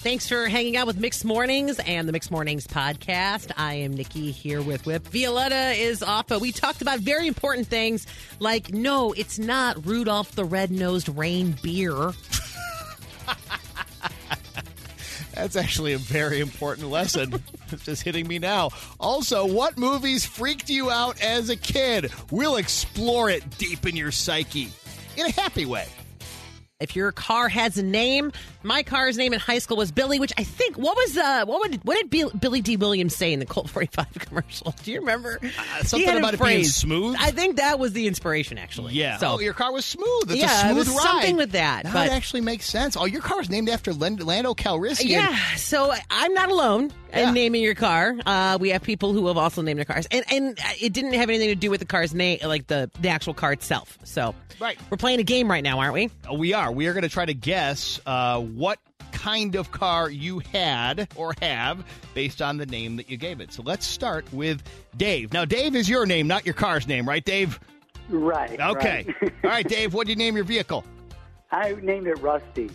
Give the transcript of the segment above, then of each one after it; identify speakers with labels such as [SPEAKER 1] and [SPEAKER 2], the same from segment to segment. [SPEAKER 1] Thanks for hanging out with Mixed Mornings and the Mixed Mornings podcast. I am Nikki here with Whip. Violetta is off, but we talked about very important things like no, it's not Rudolph the Red-Nosed Reindeer.
[SPEAKER 2] That's actually a very important lesson. it's just hitting me now. Also, what movies freaked you out as a kid? We'll explore it deep in your psyche in a happy way.
[SPEAKER 1] If your car has a name, my car's name in high school was Billy, which I think what was uh what would what did Bill, Billy D Williams say in the Colt 45 commercial? Do you remember?
[SPEAKER 2] Uh, something about it being smooth.
[SPEAKER 1] I think that was the inspiration actually.
[SPEAKER 2] yeah.
[SPEAKER 1] So
[SPEAKER 2] oh, your car was smooth. It's
[SPEAKER 1] Yeah,
[SPEAKER 2] a
[SPEAKER 1] it was
[SPEAKER 2] smooth ride.
[SPEAKER 1] something with that,
[SPEAKER 2] Now
[SPEAKER 1] but-
[SPEAKER 2] it actually makes sense. Oh, your car's named after Len- Lando Calrissian.
[SPEAKER 1] Yeah, so I'm not alone
[SPEAKER 2] Yeah.
[SPEAKER 1] in naming your car. Uh, we have people who have also named their cars, and and it didn't have anything to do with the car's name, like the the actual car itself. So
[SPEAKER 2] Right.
[SPEAKER 1] we're playing a game right now, aren't we?
[SPEAKER 2] We are. We are going to try to guess uh, what kind of car you had or have based on the name that you gave it. So let's start with Dave. Now, Dave is your name, not your car's name, right, Dave?
[SPEAKER 3] Right.
[SPEAKER 2] Okay.
[SPEAKER 3] right.
[SPEAKER 2] All right, Dave, what do you name your vehicle?
[SPEAKER 3] I named it Rusty.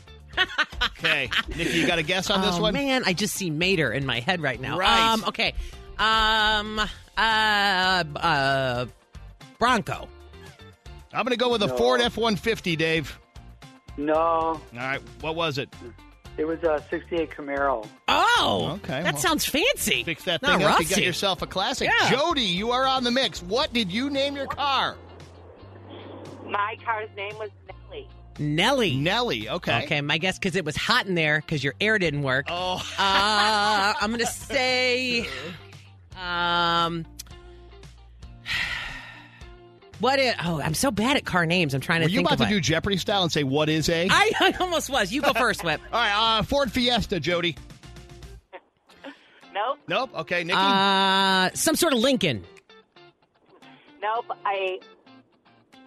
[SPEAKER 2] Okay. Nikki, you got a guess on this
[SPEAKER 1] oh,
[SPEAKER 2] one?
[SPEAKER 1] man, I just see Mater in my head right now.
[SPEAKER 2] Right.
[SPEAKER 1] Um, okay. Um. Uh. Uh. Bronco.
[SPEAKER 2] I'm going to go with a
[SPEAKER 3] No.
[SPEAKER 2] Ford F 150, Dave.
[SPEAKER 3] No,
[SPEAKER 2] All right, what was it?
[SPEAKER 3] it was a '68 Camaro.
[SPEAKER 1] Oh.
[SPEAKER 2] Okay,
[SPEAKER 1] That
[SPEAKER 2] well,
[SPEAKER 1] sounds fancy.
[SPEAKER 2] Fix that
[SPEAKER 1] Not
[SPEAKER 2] thing up.
[SPEAKER 1] rusty.
[SPEAKER 2] You got yourself a classic.
[SPEAKER 1] Yeah.
[SPEAKER 2] Jody, you are on the mix. What did you name your car?
[SPEAKER 4] My car's name was Nellie.
[SPEAKER 1] Nelly.
[SPEAKER 2] Nelly. Okay.
[SPEAKER 1] Okay, my guess because it was hot in there because your air didn't work.
[SPEAKER 2] Oh,
[SPEAKER 1] Uh, I'm gonna say, um, what? It, oh, I'm so bad at car names. I'm trying to
[SPEAKER 2] were you
[SPEAKER 1] think
[SPEAKER 2] about to
[SPEAKER 1] of
[SPEAKER 2] do
[SPEAKER 1] it.
[SPEAKER 2] Jeopardy style and say what is a?
[SPEAKER 1] I, I almost was. You go first, Whip.
[SPEAKER 2] All right, uh, Ford Fiesta, Jody.
[SPEAKER 4] Nope,
[SPEAKER 2] Nope. Okay, Nikki.
[SPEAKER 1] Uh, some sort of Lincoln.
[SPEAKER 4] nope. I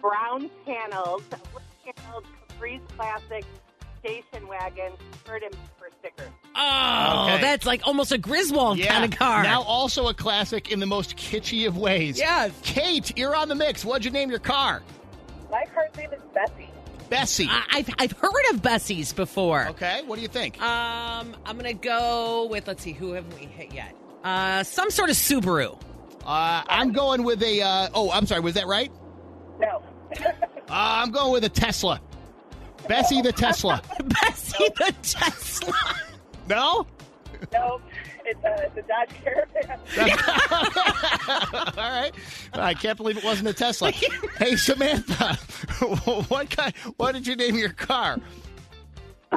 [SPEAKER 4] brown panels, wood paneled Caprice Classic station wagon, heard him for sticker.
[SPEAKER 1] Oh,
[SPEAKER 2] Okay.
[SPEAKER 1] that's like almost a Griswold kind of car.
[SPEAKER 2] Now also a classic in the most kitschy of ways.
[SPEAKER 1] Yes.
[SPEAKER 2] Kate, you're on the mix. What'd you name your car?
[SPEAKER 4] My car's name is Bessie.
[SPEAKER 2] Bessie.
[SPEAKER 1] I, I've I've heard of Bessie's before.
[SPEAKER 2] Okay. What do you think?
[SPEAKER 1] Um, I'm gonna go with let's see who haven't we hit yet. Uh, some sort of Subaru.
[SPEAKER 2] Uh, I'm going with a. Uh, oh, I'm sorry. Was that right?
[SPEAKER 4] No.
[SPEAKER 2] Uh, I'm going with a Tesla. Bessie the Tesla.
[SPEAKER 1] Bessie the Tesla.
[SPEAKER 2] no.
[SPEAKER 4] nope. It's a, it's a Dodge Caravan.
[SPEAKER 2] All right. I can't believe it wasn't a Tesla. hey Samantha, what kind? What did you name your car?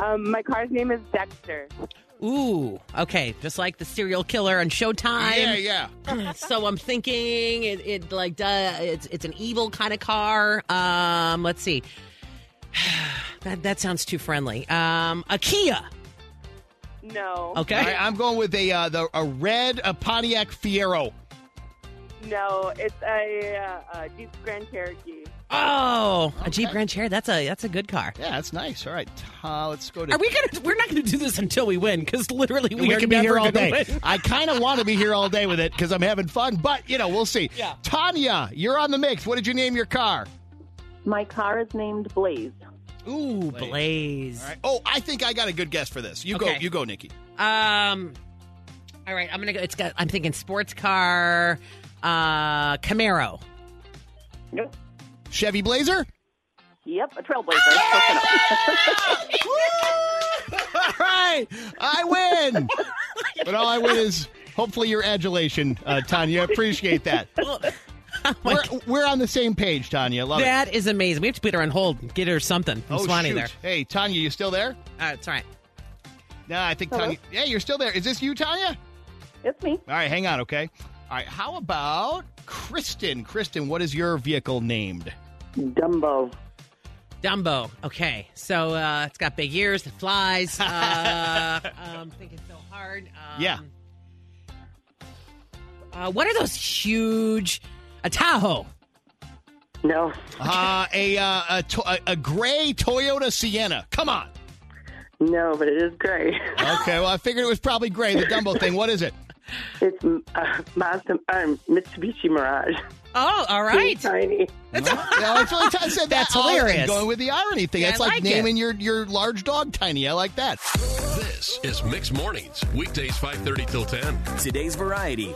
[SPEAKER 4] Um, my car's name is Dexter.
[SPEAKER 1] Ooh, okay, just like the serial killer on
[SPEAKER 2] yeah,
[SPEAKER 1] Showtime.
[SPEAKER 2] yeah.
[SPEAKER 1] So I'm thinking it, it like duh, it's it's an evil kind of car. Um, let's see. That that sounds too friendly. Um, a Kia.
[SPEAKER 4] No.
[SPEAKER 1] Okay.
[SPEAKER 2] All right, I'm going with a uh, the a red a Pontiac Fiero.
[SPEAKER 4] No, it's a, uh, a Jeep Grand Cherokee.
[SPEAKER 1] Oh, a Jeep
[SPEAKER 2] Okay.
[SPEAKER 1] Grand Cherokee. That's a that's a good car.
[SPEAKER 2] Yeah, that's nice. All right, uh, let's go to.
[SPEAKER 1] Are we gonna? We're not gonna do this until we win because literally we,
[SPEAKER 2] we
[SPEAKER 1] are
[SPEAKER 2] can be here
[SPEAKER 1] never
[SPEAKER 2] all
[SPEAKER 1] gonna
[SPEAKER 2] day.
[SPEAKER 1] win.
[SPEAKER 2] I kind of want to be here all day with it because I'm having fun, but you know we'll see.
[SPEAKER 1] Yeah.
[SPEAKER 2] Tanya, you're on the mix. What did you name your car?
[SPEAKER 5] My car is named Blaze.
[SPEAKER 1] Ooh, Blaze.
[SPEAKER 2] All right. Oh, I think I got a good guess for this. You go.
[SPEAKER 1] Okay.
[SPEAKER 2] You go, Nikki.
[SPEAKER 1] Um. All right, I'm gonna go. It's got. I'm thinking sports car. Uh, Camaro.
[SPEAKER 3] Nope.
[SPEAKER 2] Chevy Blazer.
[SPEAKER 5] Yep, a
[SPEAKER 3] Ah!
[SPEAKER 5] trailblazer.
[SPEAKER 2] All right, I win. but all I win is hopefully your adulation, uh, Tanya. I appreciate that. we're, we're on the same page, Tanya. Love it.
[SPEAKER 1] That is amazing. We have to put her on hold and get her something from
[SPEAKER 2] Oh,
[SPEAKER 1] Swanee
[SPEAKER 2] shoot.
[SPEAKER 1] there.
[SPEAKER 2] Hey, Tanya, you still there?
[SPEAKER 1] Uh, it's all right.
[SPEAKER 2] No, I think Tanya. Yeah, you're still there. Is this you, Tanya?
[SPEAKER 5] it's me.
[SPEAKER 2] All right, hang on, okay? All right, how about Kristen? Kristen, what is your vehicle named?
[SPEAKER 3] Dumbo.
[SPEAKER 1] Dumbo. Okay. So uh, it's got big ears, it flies. Uh, I'm thinking so hard. Um,
[SPEAKER 2] Yeah.
[SPEAKER 1] Uh, what are those huge. A Tahoe.
[SPEAKER 3] No.
[SPEAKER 2] Uh, a, uh, a, to- a, a gray Toyota Sienna. Come on.
[SPEAKER 3] No, but it is gray.
[SPEAKER 2] Okay, well, I figured it was probably gray, the Dumbo thing. What is it?
[SPEAKER 3] It's uh, Mazda, um, Mitsubishi Mirage.
[SPEAKER 1] Oh, all right.
[SPEAKER 3] Tiny.
[SPEAKER 2] Yeah, that's what I t- I said.
[SPEAKER 1] That's
[SPEAKER 2] that. Oh, and
[SPEAKER 1] hilarious.
[SPEAKER 2] Going with the irony thing.
[SPEAKER 1] Yeah,
[SPEAKER 2] that's
[SPEAKER 1] I
[SPEAKER 2] like,
[SPEAKER 1] like it.
[SPEAKER 2] naming your, your large dog Tiny. I like that.
[SPEAKER 6] This This is Mixed Mornings, weekdays 5:30 till 10.
[SPEAKER 7] Today's variety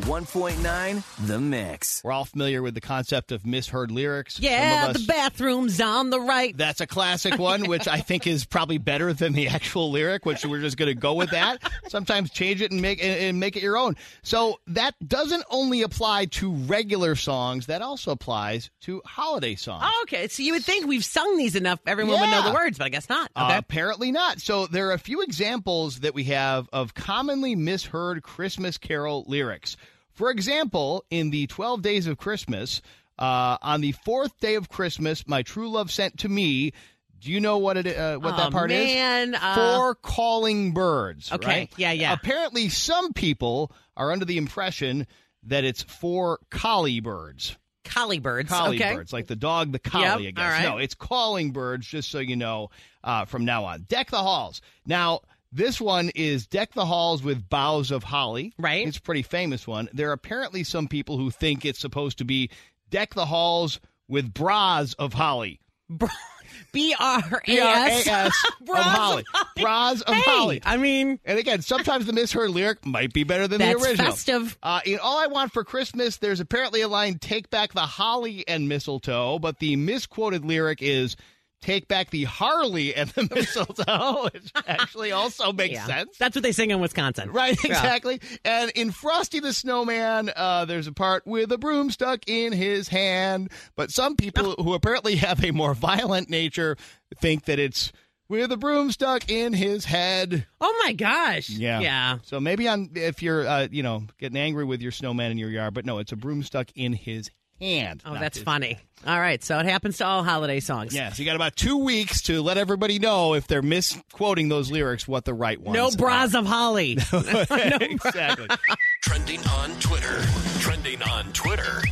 [SPEAKER 7] 101.9 The Mix.
[SPEAKER 2] We're all familiar with the concept of misheard lyrics. Some
[SPEAKER 1] Yeah,
[SPEAKER 2] of us-
[SPEAKER 1] the bathroom's on the right.
[SPEAKER 2] That's a classic one, which I think is probably better than the actual lyric, which we're just going to go with that. Sometimes change it and make and, and make it your own. So that doesn't only apply to regular songs; that also applies to holiday songs.
[SPEAKER 1] Oh, Okay, so you would think we've sung these enough, everyone would know
[SPEAKER 2] Yeah.
[SPEAKER 1] the words, but I guess not.
[SPEAKER 2] Uh,
[SPEAKER 1] Okay.
[SPEAKER 2] apparently not. So there are a few examples that we have of commonly misheard Christmas carol lyrics. For example, in the 12 Days of Christmas, uh, on the fourth day of Christmas, my true love sent to me. Do you know what it uh, what
[SPEAKER 1] Aw,
[SPEAKER 2] that part
[SPEAKER 1] Oh, man,
[SPEAKER 2] is?
[SPEAKER 1] uh,
[SPEAKER 2] Four calling birds.
[SPEAKER 1] Okay,
[SPEAKER 2] right?
[SPEAKER 1] yeah, yeah.
[SPEAKER 2] Apparently, some people are under the impression that it's four collie birds
[SPEAKER 1] collie birds.
[SPEAKER 2] collie
[SPEAKER 1] okay.
[SPEAKER 2] birds, like the dog, the collie.
[SPEAKER 1] Yep,
[SPEAKER 2] I guess
[SPEAKER 1] all right.
[SPEAKER 2] no, it's calling birds. Just so you know, uh, from now on, deck the halls. Now this one is deck the halls with boughs of holly.
[SPEAKER 1] Right.
[SPEAKER 2] it's a pretty famous one. There are apparently some people who think it's supposed to be deck the halls with bras of holly.
[SPEAKER 1] B R A
[SPEAKER 2] B-R-A-S
[SPEAKER 1] S.
[SPEAKER 2] of
[SPEAKER 1] Bras of
[SPEAKER 2] holly. Bras of
[SPEAKER 1] Hey,
[SPEAKER 2] holly.
[SPEAKER 1] I mean,
[SPEAKER 2] And again, sometimes the misheard lyric might be better than
[SPEAKER 1] that's
[SPEAKER 2] the original.
[SPEAKER 1] festive.
[SPEAKER 2] Uh, in All I Want for Christmas, there's apparently a line, Take Back the Holly and Mistletoe, but the misquoted lyric is, Take Back the Harley and the Mistletoe, which actually also makes
[SPEAKER 1] Yeah.
[SPEAKER 2] sense.
[SPEAKER 1] That's what they sing in Wisconsin.
[SPEAKER 2] Right,
[SPEAKER 1] Yeah.
[SPEAKER 2] exactly. And in Frosty the Snowman, uh, there's a part with a broom stuck in his hand. But some people who apparently have a more violent nature think that it's with a broom stuck in his head.
[SPEAKER 1] Oh my gosh. Yeah.
[SPEAKER 2] So maybe on if you're uh, you know getting angry with your snowman in your yard, but no, it's a broom stuck in his hand.
[SPEAKER 1] Oh,
[SPEAKER 2] not
[SPEAKER 1] that's
[SPEAKER 2] his-
[SPEAKER 1] funny. All right, so it happens to all holiday songs.
[SPEAKER 2] Yeah, so you got about two weeks to let everybody know if they're misquoting those lyrics, what the right ones.
[SPEAKER 1] No
[SPEAKER 2] are.
[SPEAKER 1] bras of holly.
[SPEAKER 2] exactly.
[SPEAKER 6] Trending on Twitter. Trending on Twitter.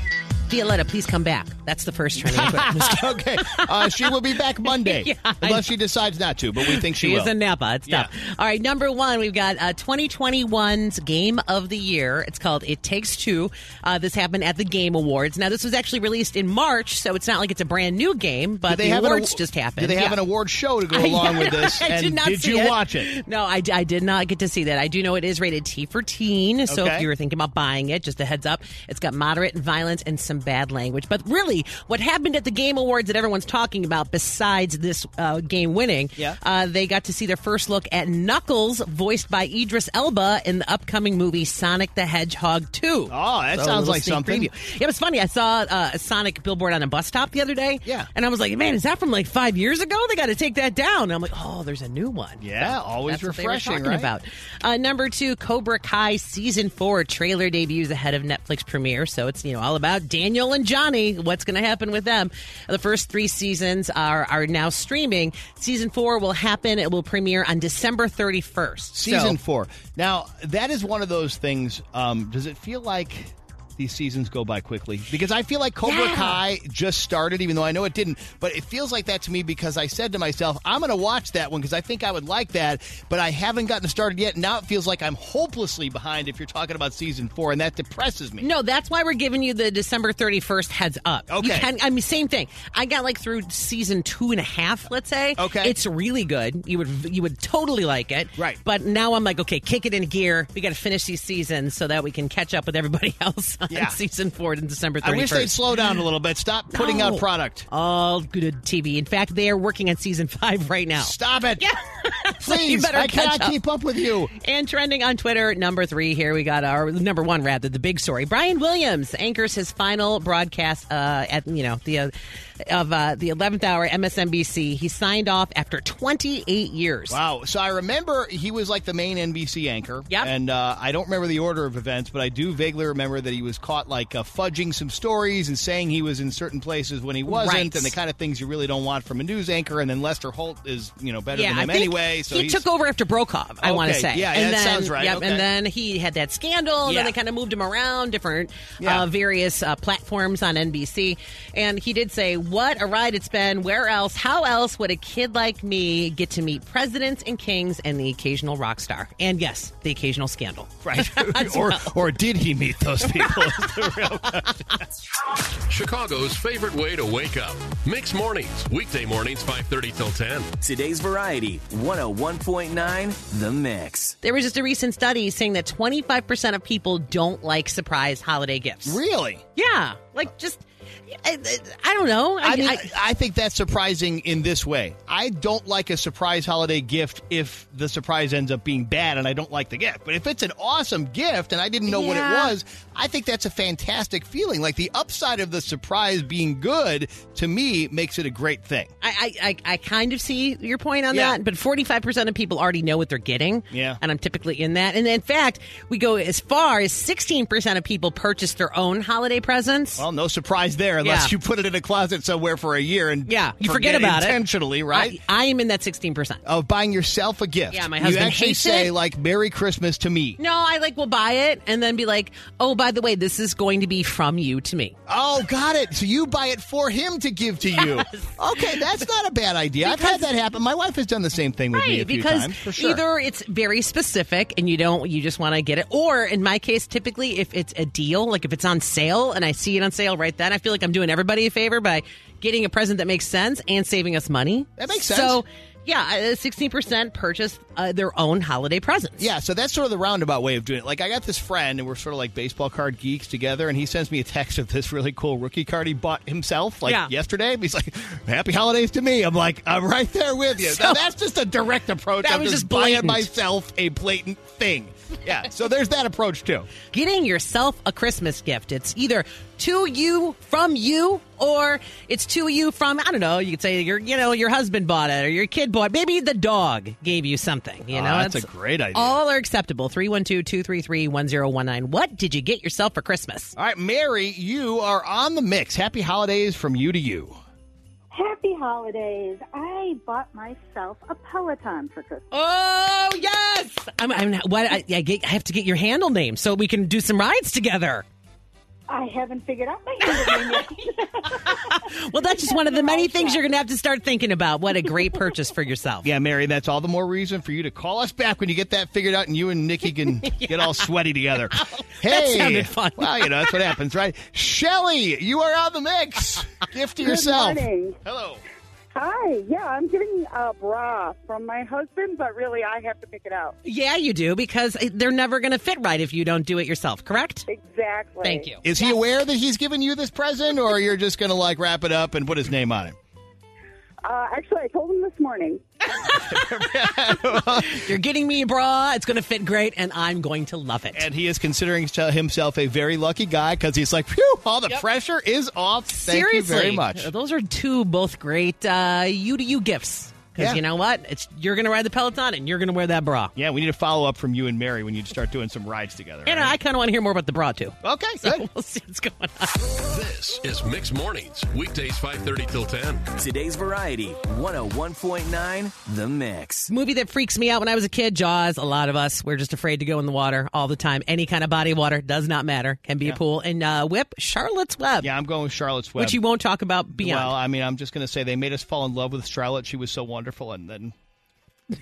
[SPEAKER 1] Violetta, please come back. That's the first trending. Twitter.
[SPEAKER 2] okay, uh, she will be back Monday,
[SPEAKER 1] Yeah, I
[SPEAKER 2] unless she decides not to. But we think she,
[SPEAKER 1] She
[SPEAKER 2] will.
[SPEAKER 1] is in Napa. It's tough. All right, number one, we've got uh, 2021's Game of the Year. It's called It Takes Two. Uh, this happened at the Game Awards. Now, this was actually released in March, so it's not like it's a brand new game, but the
[SPEAKER 2] an
[SPEAKER 1] awards
[SPEAKER 2] awa-
[SPEAKER 1] just happened.
[SPEAKER 2] Do they have
[SPEAKER 1] Yeah.
[SPEAKER 2] an award show to go
[SPEAKER 1] I-
[SPEAKER 2] along with
[SPEAKER 1] yeah,
[SPEAKER 2] this?
[SPEAKER 1] I
[SPEAKER 2] and
[SPEAKER 1] did not see
[SPEAKER 2] you
[SPEAKER 1] it.
[SPEAKER 2] watch it?
[SPEAKER 1] No, I, I did not get to see that. I do know it is rated T for teen. So
[SPEAKER 2] Okay.
[SPEAKER 1] if you were thinking about buying it, just a heads up. It's got moderate violence and some bad language. But really, what happened at the Game Awards that everyone's talking about, besides this uh, game winning,
[SPEAKER 2] Yeah.
[SPEAKER 1] uh, they got to see their first look at Knuckles, voiced by Idris Elba in the upcoming movie Sonic the Hedgehog 2.
[SPEAKER 2] Oh, that
[SPEAKER 1] So a
[SPEAKER 2] sounds
[SPEAKER 1] little
[SPEAKER 2] like
[SPEAKER 1] sneak
[SPEAKER 2] something.
[SPEAKER 1] preview. Yeah, it was funny. I saw uh, a Sonic billboard on a bus stop the other day.
[SPEAKER 2] Yeah.
[SPEAKER 1] And I was like, man, is that from like five years ago? They got to take that down. And I'm like, oh, there's a new one.
[SPEAKER 2] Yeah, always
[SPEAKER 1] That's
[SPEAKER 2] refreshing.
[SPEAKER 1] what they were talking
[SPEAKER 2] right?
[SPEAKER 1] about. Uh, number two, Cobra Kai season four trailer debuts ahead of Netflix premiere, so it's you know all about Daniel and Johnny. What's going to happen with them? The first three seasons are are now streaming. Season four will happen. It will premiere on December thirty first.
[SPEAKER 2] season four. Now that is one of those things. Um, does it feel like these seasons go by quickly? Because I feel like Cobra
[SPEAKER 1] Yeah.
[SPEAKER 2] Kai just started, even though I know it didn't. But it feels like that to me because I said to myself, "I'm going to watch that one because I think I would like that," but I haven't gotten started yet. Now it feels like I'm hopelessly behind. If you're talking about season four, and that depresses me.
[SPEAKER 1] No, that's why we're giving you the December 31st heads up. You
[SPEAKER 2] Okay.
[SPEAKER 1] can, I mean, same thing. I got like through season two and a half, let's say.
[SPEAKER 2] Okay.
[SPEAKER 1] It's really good. You would you would totally like it.
[SPEAKER 2] Right.
[SPEAKER 1] But now I'm like, okay, kick it in gear. We got to finish these seasons so that we can catch up with everybody else on
[SPEAKER 2] Yeah.
[SPEAKER 1] season four and December 31st.
[SPEAKER 2] I wish they'd slow down a little bit. Stop putting
[SPEAKER 1] No.
[SPEAKER 2] out product.
[SPEAKER 1] All good TV. In fact, they are working on season five right now.
[SPEAKER 2] Stop it.
[SPEAKER 1] So you
[SPEAKER 2] Please,
[SPEAKER 1] better
[SPEAKER 2] I
[SPEAKER 1] catch
[SPEAKER 2] cannot
[SPEAKER 1] up.
[SPEAKER 2] keep up with you.
[SPEAKER 1] And trending on Twitter, number three here, we got our number one rather, the big story. Brian Williams anchors his final broadcast uh, at you know the uh, of uh, the eleventh hour MSNBC. He signed off after 28 years.
[SPEAKER 2] Wow. So I remember he was like the main NBC anchor.
[SPEAKER 1] Yep.
[SPEAKER 2] And uh, I don't remember the order of events, but I do vaguely remember that he was caught like uh, fudging some stories and saying he was in certain places when he wasn't,
[SPEAKER 1] Right.
[SPEAKER 2] and the kind of things you really don't want from a news anchor. And then Lester Holt is, you know, better
[SPEAKER 1] Yeah,
[SPEAKER 2] than
[SPEAKER 1] I
[SPEAKER 2] him
[SPEAKER 1] think
[SPEAKER 2] anyway. So
[SPEAKER 1] he
[SPEAKER 2] he's-
[SPEAKER 1] took over after Brokaw. I want to
[SPEAKER 2] Okay,
[SPEAKER 1] say,
[SPEAKER 2] yeah,
[SPEAKER 1] and
[SPEAKER 2] that
[SPEAKER 1] then,
[SPEAKER 2] sounds right,
[SPEAKER 1] Yep,
[SPEAKER 2] okay.
[SPEAKER 1] and then he had that scandal, and
[SPEAKER 2] Yeah.
[SPEAKER 1] then they kind of moved him around different
[SPEAKER 2] Yeah.
[SPEAKER 1] uh, various uh, platforms on NBC. And he did say, "What a ride it's been! Where else? How else would a kid like me get to meet presidents and kings and the occasional rock star? And yes, the occasional scandal."
[SPEAKER 2] Right. or, or did he meet those people?
[SPEAKER 8] was the real
[SPEAKER 6] Chicago's favorite way to wake up. Mix mornings, weekday mornings, 5.30 till 10.
[SPEAKER 7] Today's Variety 101.9 The Mix.
[SPEAKER 1] There was just a recent study saying that 25% of people don't like surprise holiday gifts.
[SPEAKER 2] Really?
[SPEAKER 1] Yeah. Like, just, I, I don't know.
[SPEAKER 2] I mean, I, I think that's surprising in this way. I don't like a surprise holiday gift if the surprise ends up being bad and I don't like the gift. But if it's an awesome gift and I didn't know what it
[SPEAKER 1] Yeah.
[SPEAKER 2] was, I think that's a fantastic feeling. Like the upside of the surprise being good to me makes it a great thing.
[SPEAKER 1] I, I, I kind of see your point on
[SPEAKER 2] Yeah.
[SPEAKER 1] that, but 45% of people already know what they're getting.
[SPEAKER 2] Yeah.
[SPEAKER 1] And I'm typically in that. And in fact, we go as far as 16% of people purchase their own holiday presents.
[SPEAKER 2] Well, no surprise there unless
[SPEAKER 1] Yeah.
[SPEAKER 2] you put it in a closet somewhere for a year and
[SPEAKER 1] yeah. You forget, about
[SPEAKER 2] intentionally,
[SPEAKER 1] it.
[SPEAKER 2] right?
[SPEAKER 1] I, I am in that 16%.
[SPEAKER 2] of buying yourself a gift.
[SPEAKER 1] Yeah, my
[SPEAKER 2] You
[SPEAKER 1] husband
[SPEAKER 2] actually
[SPEAKER 1] hates
[SPEAKER 2] say
[SPEAKER 1] it.
[SPEAKER 2] like "Merry Christmas" to me.
[SPEAKER 1] No, I like will buy it and then be like, oh, by the way, this is going to be from you to me.
[SPEAKER 2] Oh, got it. So you buy it for him to give to you. Okay, that's not a bad idea. I've had that happen. My wife has done the same thing with me a
[SPEAKER 1] Right,
[SPEAKER 2] few
[SPEAKER 1] because
[SPEAKER 2] times. For sure.
[SPEAKER 1] either it's very specific and you don't, you just want to get it, or in my case, typically if it's a deal, like if it's on sale and I see it on sale right then, I feel like I'm doing everybody a favor by getting a present that makes sense and saving us money.
[SPEAKER 2] That makes sense.
[SPEAKER 1] So, yeah, sixteen percent purchase uh, their own holiday presents.
[SPEAKER 2] Yeah, so that's sort of the roundabout way of doing it. Like, I got this friend, and we're sort of like baseball card geeks together, and he sends me a text of this really cool rookie card he bought himself, like
[SPEAKER 1] Yeah.
[SPEAKER 2] yesterday. He's like, Happy holidays to me. I'm like, I'm right there with you.
[SPEAKER 1] So-
[SPEAKER 2] now, that's just a direct approach.
[SPEAKER 1] That
[SPEAKER 2] I'm
[SPEAKER 1] was
[SPEAKER 2] just
[SPEAKER 1] just
[SPEAKER 2] buying
[SPEAKER 1] blatant.
[SPEAKER 2] myself a blatant thing. Yeah, so there's that approach, too.
[SPEAKER 1] getting yourself a Christmas gift. It's either to you from you or it's to you from I don't know, you could say your you know, your husband bought it or your kid bought it. Maybe the dog gave you something, you
[SPEAKER 2] Ah,
[SPEAKER 1] know.
[SPEAKER 2] that's a
[SPEAKER 1] It's-
[SPEAKER 2] great idea.
[SPEAKER 1] All are acceptable. 312-233-1019. What did you get yourself for Christmas?
[SPEAKER 2] All right, Mary, you are on the mix. Happy holidays from you to you.
[SPEAKER 9] Happy holidays. I bought myself a Peloton for Christmas.
[SPEAKER 1] Oh, yes. I'm, I'm not, what I, I, get, I have to get your handle name so we can do some rides together.
[SPEAKER 9] I haven't figured out my handle name yet.
[SPEAKER 1] Well, that's just one of the many things you're going to have to start thinking about. What a great purchase for yourself.
[SPEAKER 2] Yeah, Mary, that's all the more reason for you to call us back when you get that figured out and you and Nikki can get all sweaty together. Hey,
[SPEAKER 1] sounded fun.
[SPEAKER 2] well, you know, that's what happens, right? Shelly, you are on the mix. Gift to yourself.
[SPEAKER 4] Good morning.
[SPEAKER 2] Hello.
[SPEAKER 4] Hi. Yeah, I'm getting a bra from my husband, but really I have to pick it out.
[SPEAKER 1] Yeah, you do because they're never going to fit right if you don't do it yourself, correct?
[SPEAKER 4] Exactly.
[SPEAKER 1] Thank you.
[SPEAKER 2] Is he aware that he's giving you this present or you're just going to like wrap it up and put his name on it?
[SPEAKER 4] Uh, actually, I told him this morning.
[SPEAKER 1] You're getting me a bra. It's going to fit great, and I'm going to love it.
[SPEAKER 2] And he is considering to- himself a very lucky guy because he's like, phew, all the pressure is off. Thank
[SPEAKER 1] Seriously, uh,
[SPEAKER 2] you very much.
[SPEAKER 1] Those are two both great uh, you to you gifts. Because
[SPEAKER 2] Yeah.
[SPEAKER 1] you know what? It's you're going to ride the Peloton and you're going to wear that bra.
[SPEAKER 2] Yeah, we need a follow up from you and Mary when you start doing some rides together.
[SPEAKER 1] And I kind of want to hear more about the bra too.
[SPEAKER 2] right? okay,
[SPEAKER 1] So
[SPEAKER 2] good.
[SPEAKER 1] we'll see what's going on.
[SPEAKER 6] This is Mix Mornings, weekdays 5.30 till 10.
[SPEAKER 7] Today's Variety 101.9 The Mix.
[SPEAKER 1] movie that freaks me out when I was a kid, Jaws. A lot of us were just afraid to go in the water all the time. Any kind of body of water does not matter. Can be a pool. And uh, Whip, Charlotte's Web,
[SPEAKER 2] Yeah, I'm going with Charlotte's Web.
[SPEAKER 1] which you won't talk about
[SPEAKER 2] Well,
[SPEAKER 1] beyond.
[SPEAKER 2] I mean, I'm just going to say they made us fall in love with Charlotte. She was so wonderful, and then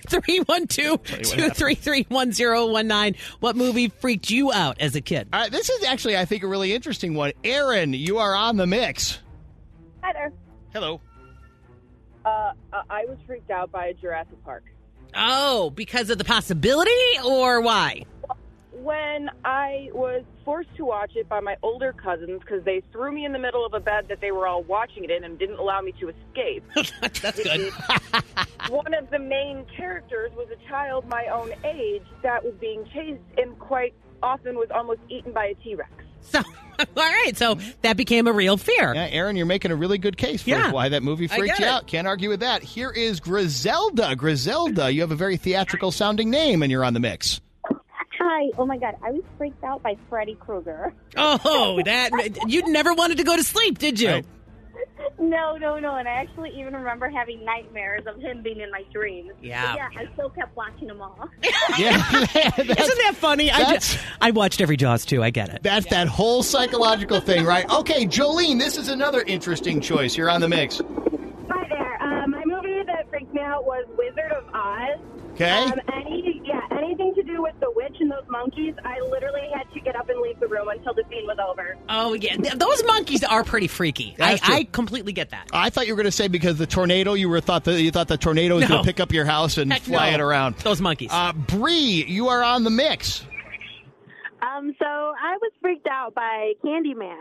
[SPEAKER 1] Three one two two three three one zero one nine. What movie freaked you out as a kid?
[SPEAKER 2] all right, this is actually, I think, a really interesting one. Aaron, you are on the mix.
[SPEAKER 4] Hi there.
[SPEAKER 2] Hello.
[SPEAKER 4] Uh, uh, I was freaked out by Jurassic Park.
[SPEAKER 1] Oh, because of the possibility or why?
[SPEAKER 4] When I was forced to watch it by my older cousins because they threw me in the middle of a bed that they were all watching it in and didn't allow me to escape.
[SPEAKER 1] That's good.
[SPEAKER 4] One of the main characters was a child my own age that was being chased and quite often was almost eaten by a T Rex.
[SPEAKER 1] So, all right. So that became a real fear.
[SPEAKER 2] Yeah, Aaron, you're making a really good case for
[SPEAKER 1] Yeah.
[SPEAKER 2] why that movie
[SPEAKER 1] I
[SPEAKER 2] freaked
[SPEAKER 1] get
[SPEAKER 2] you
[SPEAKER 1] it.
[SPEAKER 2] out. Can't argue with that. Here is Griselda. Griselda, you have a very theatrical sounding name, and you're on the mix.
[SPEAKER 9] Hi. Oh my God. I was freaked out by Freddy Krueger.
[SPEAKER 1] Oh, that you never wanted to go to sleep, did you?
[SPEAKER 2] Right.
[SPEAKER 9] No, no, no. And I actually even remember having nightmares of him being in my dreams.
[SPEAKER 1] Yeah.
[SPEAKER 9] But yeah, I still kept watching them all.
[SPEAKER 2] Yeah,
[SPEAKER 1] Isn't that funny? I,
[SPEAKER 2] that's-
[SPEAKER 1] ju- I watched every Jaws too. I get it.
[SPEAKER 2] that's that whole psychological thing, right? Okay, Jolene, this is another interesting choice. You're on the mix.
[SPEAKER 5] Hi there. Um, my movie that freaked me out was Wizard of Oz.
[SPEAKER 2] Okay.
[SPEAKER 5] Um, any, yeah, anything to do with the witch and those monkeys, I literally had to get up and leave the room until the scene was over.
[SPEAKER 1] Oh yeah, Th- those monkeys are pretty freaky. I,
[SPEAKER 2] That's true.
[SPEAKER 1] I completely get that.
[SPEAKER 2] I thought you were going to say because the tornado, you were thought the, you thought the tornado was
[SPEAKER 1] No.
[SPEAKER 2] going to pick up your house and
[SPEAKER 1] Heck
[SPEAKER 2] fly
[SPEAKER 1] no.
[SPEAKER 2] it around.
[SPEAKER 1] Those monkeys.
[SPEAKER 2] Uh, Bree, you are on the mix.
[SPEAKER 5] Um, so I was freaked out by Candyman.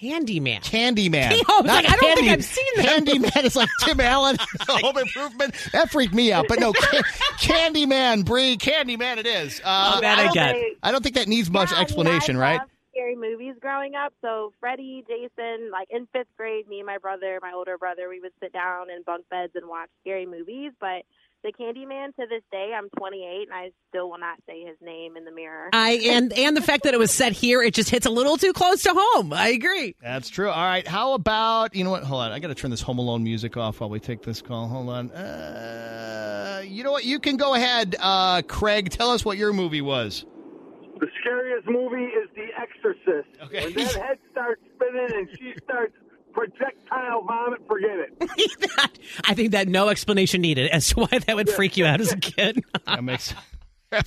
[SPEAKER 1] Handyman.
[SPEAKER 2] Candyman.
[SPEAKER 1] I was like, I don't think
[SPEAKER 2] Handy-
[SPEAKER 1] I've seen that.
[SPEAKER 2] Handyman is like Tim Allen, Home Improvement. That freaked me out. But no, Ca- Candyman, Bree, Candyman it is. Uh,
[SPEAKER 1] That I
[SPEAKER 5] don't
[SPEAKER 1] get.
[SPEAKER 5] think-
[SPEAKER 2] I don't think that needs much
[SPEAKER 5] Yeah, I mean,
[SPEAKER 2] explanation,
[SPEAKER 5] I
[SPEAKER 2] right?
[SPEAKER 5] loved Scary movies growing up. So Freddy, Jason, like in fifth grade, me and my brother, my older brother, we would sit down in bunk beds and watch scary movies. But the Candyman to this day, I'm 28 and I still will not say his name in the mirror.
[SPEAKER 1] I and and the fact that it was set here, it just hits a little too close to home. I agree.
[SPEAKER 2] That's true. All right. How about you know what? Hold on. I got to turn this Home Alone music off while we take this call. Hold on. Uh, you know what? You can go ahead, uh, Craig. Tell us what your movie was.
[SPEAKER 8] The scariest movie is The Exorcist.
[SPEAKER 2] Okay.
[SPEAKER 8] When that head starts spinning and she starts projectile vomit, forget it.
[SPEAKER 1] I think that no explanation needed as to why that would freak you out as a kid.
[SPEAKER 2] That makes.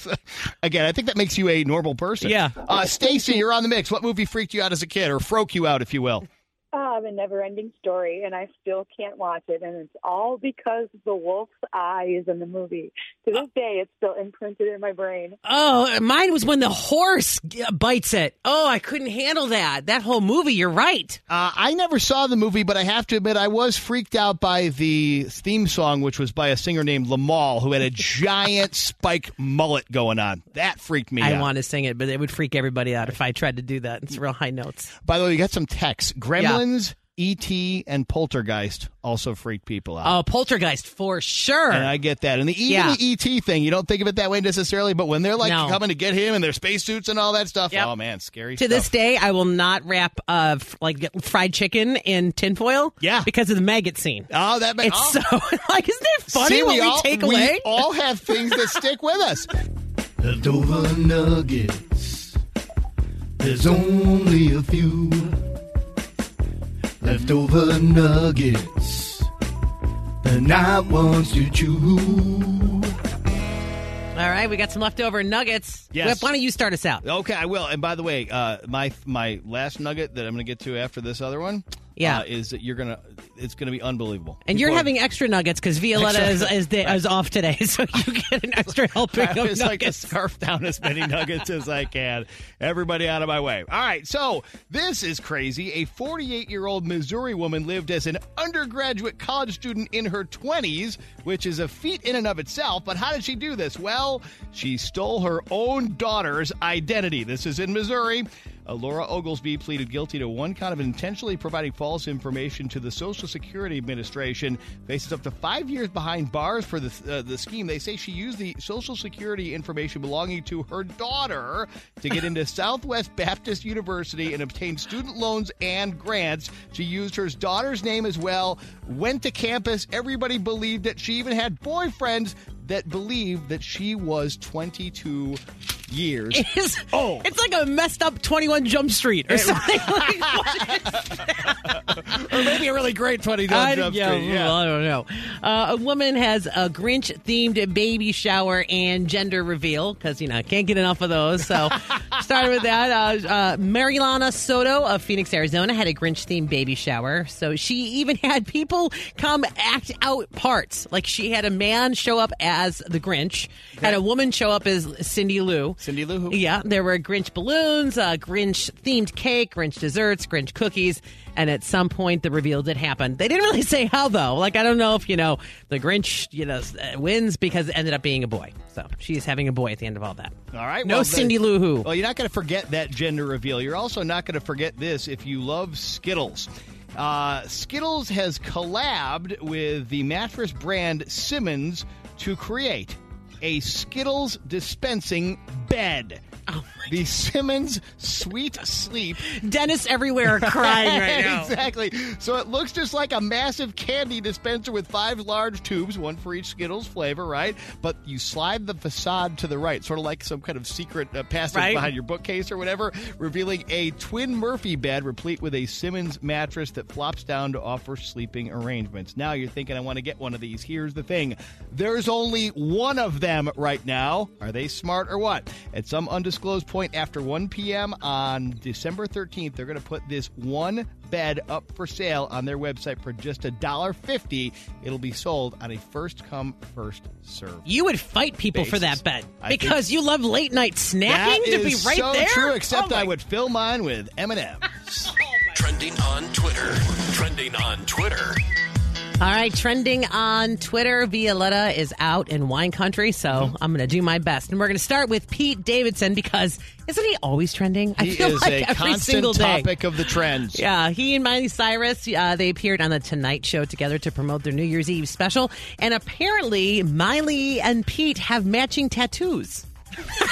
[SPEAKER 2] Again, I think that makes you a normal person.
[SPEAKER 1] Yeah.
[SPEAKER 2] Uh, Stacy, you're on the mix. What movie freaked you out as a kid, or froke you out, if you will?
[SPEAKER 10] Um, a never ending story, and I still can't watch it. And it's all because the wolf's eye is in the movie. To this day, it's still imprinted in my brain.
[SPEAKER 1] Oh, mine was when the horse g- bites it. Oh, I couldn't handle that. That whole movie. You're right.
[SPEAKER 2] Uh, I never saw the movie, but I have to admit I was freaked out by the theme song, which was by a singer named Lamal, who had a giant spike mullet going on. That freaked me out.
[SPEAKER 1] I want to sing it, but it would freak everybody out if I tried to do that. It's real high notes.
[SPEAKER 2] By the way, you got some texts. Gremlins, E.T., and Poltergeist also freak people out.
[SPEAKER 1] Oh, Poltergeist for sure.
[SPEAKER 2] And I get that. And the even
[SPEAKER 1] Yeah.
[SPEAKER 2] the E.T. thing, you don't think of it that way necessarily, but when they're like
[SPEAKER 1] No.
[SPEAKER 2] coming to get him in their spacesuits and all that stuff,
[SPEAKER 1] Yep.
[SPEAKER 2] oh man, scary
[SPEAKER 1] to
[SPEAKER 2] stuff.
[SPEAKER 1] this day, I will not wrap uh, f- like fried chicken in tinfoil.
[SPEAKER 2] Yeah.
[SPEAKER 1] because of the maggot scene.
[SPEAKER 2] Oh, that makes
[SPEAKER 1] It's
[SPEAKER 2] oh.
[SPEAKER 1] so like, isn't that funny
[SPEAKER 2] See,
[SPEAKER 1] what we,
[SPEAKER 2] all,
[SPEAKER 1] take
[SPEAKER 2] we
[SPEAKER 1] away?
[SPEAKER 2] all have things that stick with us.
[SPEAKER 8] Dover nuggets. There's only a few leftover nuggets. The night wants to chew.
[SPEAKER 1] all right, we got some leftover nuggets.
[SPEAKER 2] Yes.
[SPEAKER 1] Whip, why don't you start us out?
[SPEAKER 2] Okay, I will. And by the way, uh, my my last nugget that I'm going to get to after this other one,
[SPEAKER 1] Yeah.
[SPEAKER 2] uh, is that you're gonna it's going to be unbelievable.
[SPEAKER 1] And you're
[SPEAKER 2] People are-
[SPEAKER 1] having extra nuggets because Violetta is, is, da- is off today, so you get an extra helping
[SPEAKER 2] I
[SPEAKER 1] of
[SPEAKER 2] always
[SPEAKER 1] nuggets.
[SPEAKER 2] like to scarf down as many nuggets as I can. Everybody out of my way. All right, so this is crazy. A 48 year old Missouri woman lived as an undergraduate college student in her 20s, which is a feat in and of itself. But how did she do this? Well, she stole her own daughter's identity. This is in Missouri. Uh, Laura Oglesby pleaded guilty to one count of intentionally providing false information to the Social Security Administration. Faces up to five years behind bars for the uh, the scheme. They say she used the Social Security information belonging to her daughter to get into Southwest Baptist University and obtain student loans and grants. She used her daughter's name as well. Went to campus. Everybody believed it. She even had boyfriends that believed that she was 22 years
[SPEAKER 1] It's,
[SPEAKER 2] Oh.
[SPEAKER 1] it's like a messed up 21 Jump Street or something. like,
[SPEAKER 2] or maybe a really great 22
[SPEAKER 1] I,
[SPEAKER 2] Jump
[SPEAKER 1] yeah,
[SPEAKER 2] Street.
[SPEAKER 1] well, I don't know. Uh, a woman has a Grinch themed baby shower and gender reveal because, you know, I can't get enough of those. So, started with that. Uh, uh, Marilana Soto of Phoenix, Arizona had a Grinch themed baby shower. So, she even had people come act out parts. Like, she had a man show up as the Grinch, had a woman show up as Cindy Lou.
[SPEAKER 2] Cindy Lou Who.
[SPEAKER 1] Yeah, there were Grinch balloons, uh, Grinch themed cake, Grinch desserts, Grinch cookies, and at some point the reveal did happen. They didn't really say how though. Like I don't know if you know the Grinch, you know, s- uh, wins because it ended up being a boy. So she's having a boy at the end of all that.
[SPEAKER 2] All right.
[SPEAKER 1] No
[SPEAKER 2] well,
[SPEAKER 1] Cindy
[SPEAKER 2] the-
[SPEAKER 1] Lou Who.
[SPEAKER 2] Well, you're not going to forget that gender reveal. You're also not going to forget this if you love Skittles. Uh, Skittles has collabed with the mattress brand Simmons to create a Skittles dispensing bed.
[SPEAKER 1] Oh
[SPEAKER 2] the Simmons Sweet Sleep
[SPEAKER 1] Dennis everywhere crying right now.
[SPEAKER 2] exactly. So it looks just like a massive candy dispenser with five large tubes, one for each Skittles flavor, right? But you slide the facade to the right, sort of like some kind of secret uh, passage
[SPEAKER 1] Right.
[SPEAKER 2] behind your bookcase or whatever, revealing a twin Murphy bed replete with a Simmons mattress that flops down to offer sleeping arrangements. Now you're thinking, I want to get one of these. Here's the thing there's only one of them right now. Are they smart or what? At some undisclosed point after 1 p.m. on December 13th, they're going to put this one bed up for sale on their website for just $1.50. It'll be sold on a first come, first serve.
[SPEAKER 1] You would fight people for that
[SPEAKER 2] Basis.
[SPEAKER 1] bet
[SPEAKER 2] I think-
[SPEAKER 1] because you love late night snacking
[SPEAKER 2] That
[SPEAKER 1] to be
[SPEAKER 2] is
[SPEAKER 1] right
[SPEAKER 2] so
[SPEAKER 1] there.
[SPEAKER 2] true, except
[SPEAKER 1] Oh my
[SPEAKER 2] I would fill mine with M&M's.
[SPEAKER 6] Trending on Twitter. Trending on Twitter.
[SPEAKER 1] All right, trending on Twitter, Violetta is out in wine country, so
[SPEAKER 2] Mm-hmm.
[SPEAKER 1] I'm going to do my best. And we're going to start with Pete Davidson because isn't he always trending? I
[SPEAKER 2] He
[SPEAKER 1] feel
[SPEAKER 2] is
[SPEAKER 1] like
[SPEAKER 2] a
[SPEAKER 1] every single
[SPEAKER 2] constant
[SPEAKER 1] day.
[SPEAKER 2] topic of the trends.
[SPEAKER 1] Yeah, he and Miley Cyrus, uh, they appeared on the Tonight Show together to promote their New Year's Eve special. And apparently, Miley and Pete have matching tattoos. so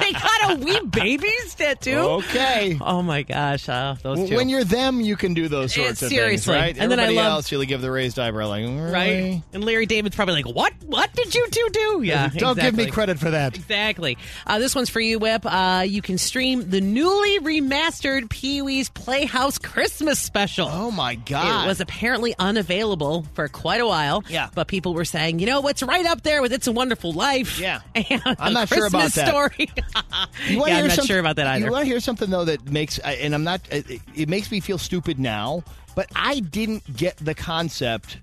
[SPEAKER 1] they got a wee baby's tattoo.
[SPEAKER 2] Okay.
[SPEAKER 1] Oh my gosh, uh, those two.
[SPEAKER 2] When you're them, you can do those sorts of
[SPEAKER 1] Seriously.
[SPEAKER 2] things, right?
[SPEAKER 1] And then I
[SPEAKER 2] Everybody
[SPEAKER 1] love-
[SPEAKER 2] else, you'll give the raised eyebrow, like, "Mm, "Really?"
[SPEAKER 1] right? And Larry David's probably like, "What? What did you two do?" Yeah,
[SPEAKER 2] Don't give me
[SPEAKER 1] exactly.
[SPEAKER 2] credit for that.
[SPEAKER 1] Exactly. Uh, this one's for you, Whip. Uh, you can stream the newly remastered Pee Wee's Playhouse Christmas special.
[SPEAKER 2] Oh my God!
[SPEAKER 1] It was apparently unavailable for quite a while.
[SPEAKER 2] Yeah.
[SPEAKER 1] But people were saying, you know, what's right up there with It's a Wonderful Life?
[SPEAKER 2] Yeah.
[SPEAKER 1] And
[SPEAKER 2] I'm
[SPEAKER 1] The
[SPEAKER 2] not sure about
[SPEAKER 1] Christmas
[SPEAKER 2] that.
[SPEAKER 1] Story.
[SPEAKER 2] You wanna
[SPEAKER 1] yeah, I'm
[SPEAKER 2] hear
[SPEAKER 1] not
[SPEAKER 2] some-
[SPEAKER 1] sure about that either.
[SPEAKER 2] You want to hear something though that makes, I- and I'm not. It, it makes me feel stupid now, but I didn't get the concept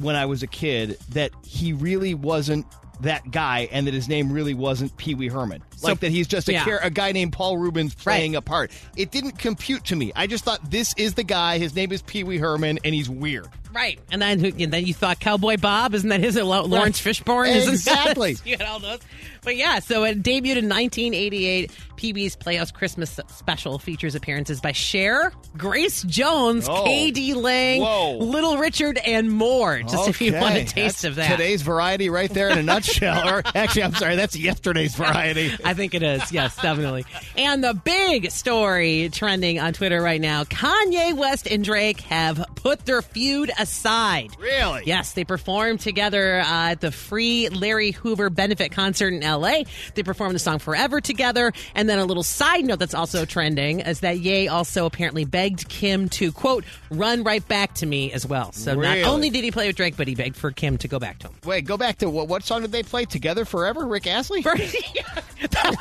[SPEAKER 2] when I was a kid that he really wasn't that guy, and that his name really wasn't Pee Wee Herman. like that he's just a,
[SPEAKER 1] yeah.
[SPEAKER 2] char- a guy named Paul Rubens playing a part. It didn't compute to me. I just thought this is the guy. His name is Pee Wee Herman, and he's weird.
[SPEAKER 1] right. And then, who- and then you thought Cowboy Bob, isn't that his? Lo- Lawrence Fishburne? Isn't that-
[SPEAKER 2] Exactly.
[SPEAKER 1] you had all those. But yeah, so it debuted in 1988. PB's Playhouse Christmas special features appearances by Cher, Grace Jones,
[SPEAKER 2] Oh.
[SPEAKER 1] KD Lang,
[SPEAKER 2] Whoa.
[SPEAKER 1] Little Richard, and more. Just if you want a
[SPEAKER 2] Okay,
[SPEAKER 1] taste
[SPEAKER 2] that's
[SPEAKER 1] of that.
[SPEAKER 2] Today's variety right there in a nutshell. or actually, I'm sorry, that's yesterday's variety.
[SPEAKER 1] I think it is. Yes, definitely. And the big story trending on Twitter right now Kanye West and Drake have put their feud aside.
[SPEAKER 2] Really?
[SPEAKER 1] Yes, they performed together uh, at the free Larry Hoover benefit concert in LA. They performed the song Forever together. And then a little side note that's also trending is that Ye also apparently begged Kim to, quote, run right back to me as well. So
[SPEAKER 2] Really?
[SPEAKER 1] not only did he play with Drake, but he begged for Kim to go back to him.
[SPEAKER 2] Wait, go back to what, what song did they play? Together Forever? Rick Astley?
[SPEAKER 1] that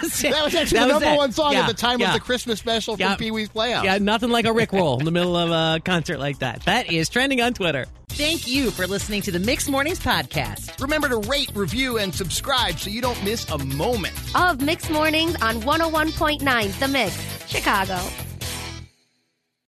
[SPEAKER 1] was it.
[SPEAKER 2] That was actually
[SPEAKER 1] That
[SPEAKER 2] the number
[SPEAKER 1] it.
[SPEAKER 2] one song
[SPEAKER 1] Yeah,
[SPEAKER 2] at the time
[SPEAKER 1] yeah.
[SPEAKER 2] of the Christmas special
[SPEAKER 1] Yeah.
[SPEAKER 2] from Pee Wee's Playhouse.
[SPEAKER 1] Yeah, nothing like a Rick roll in the middle of a concert like that. That is trending on Twitter. Thank you for listening to the Mixed Mornings podcast.
[SPEAKER 2] Remember to rate, review, and subscribe so you don't miss a moment.
[SPEAKER 11] Of Mix Mornings on 101.9 The Mix, Chicago.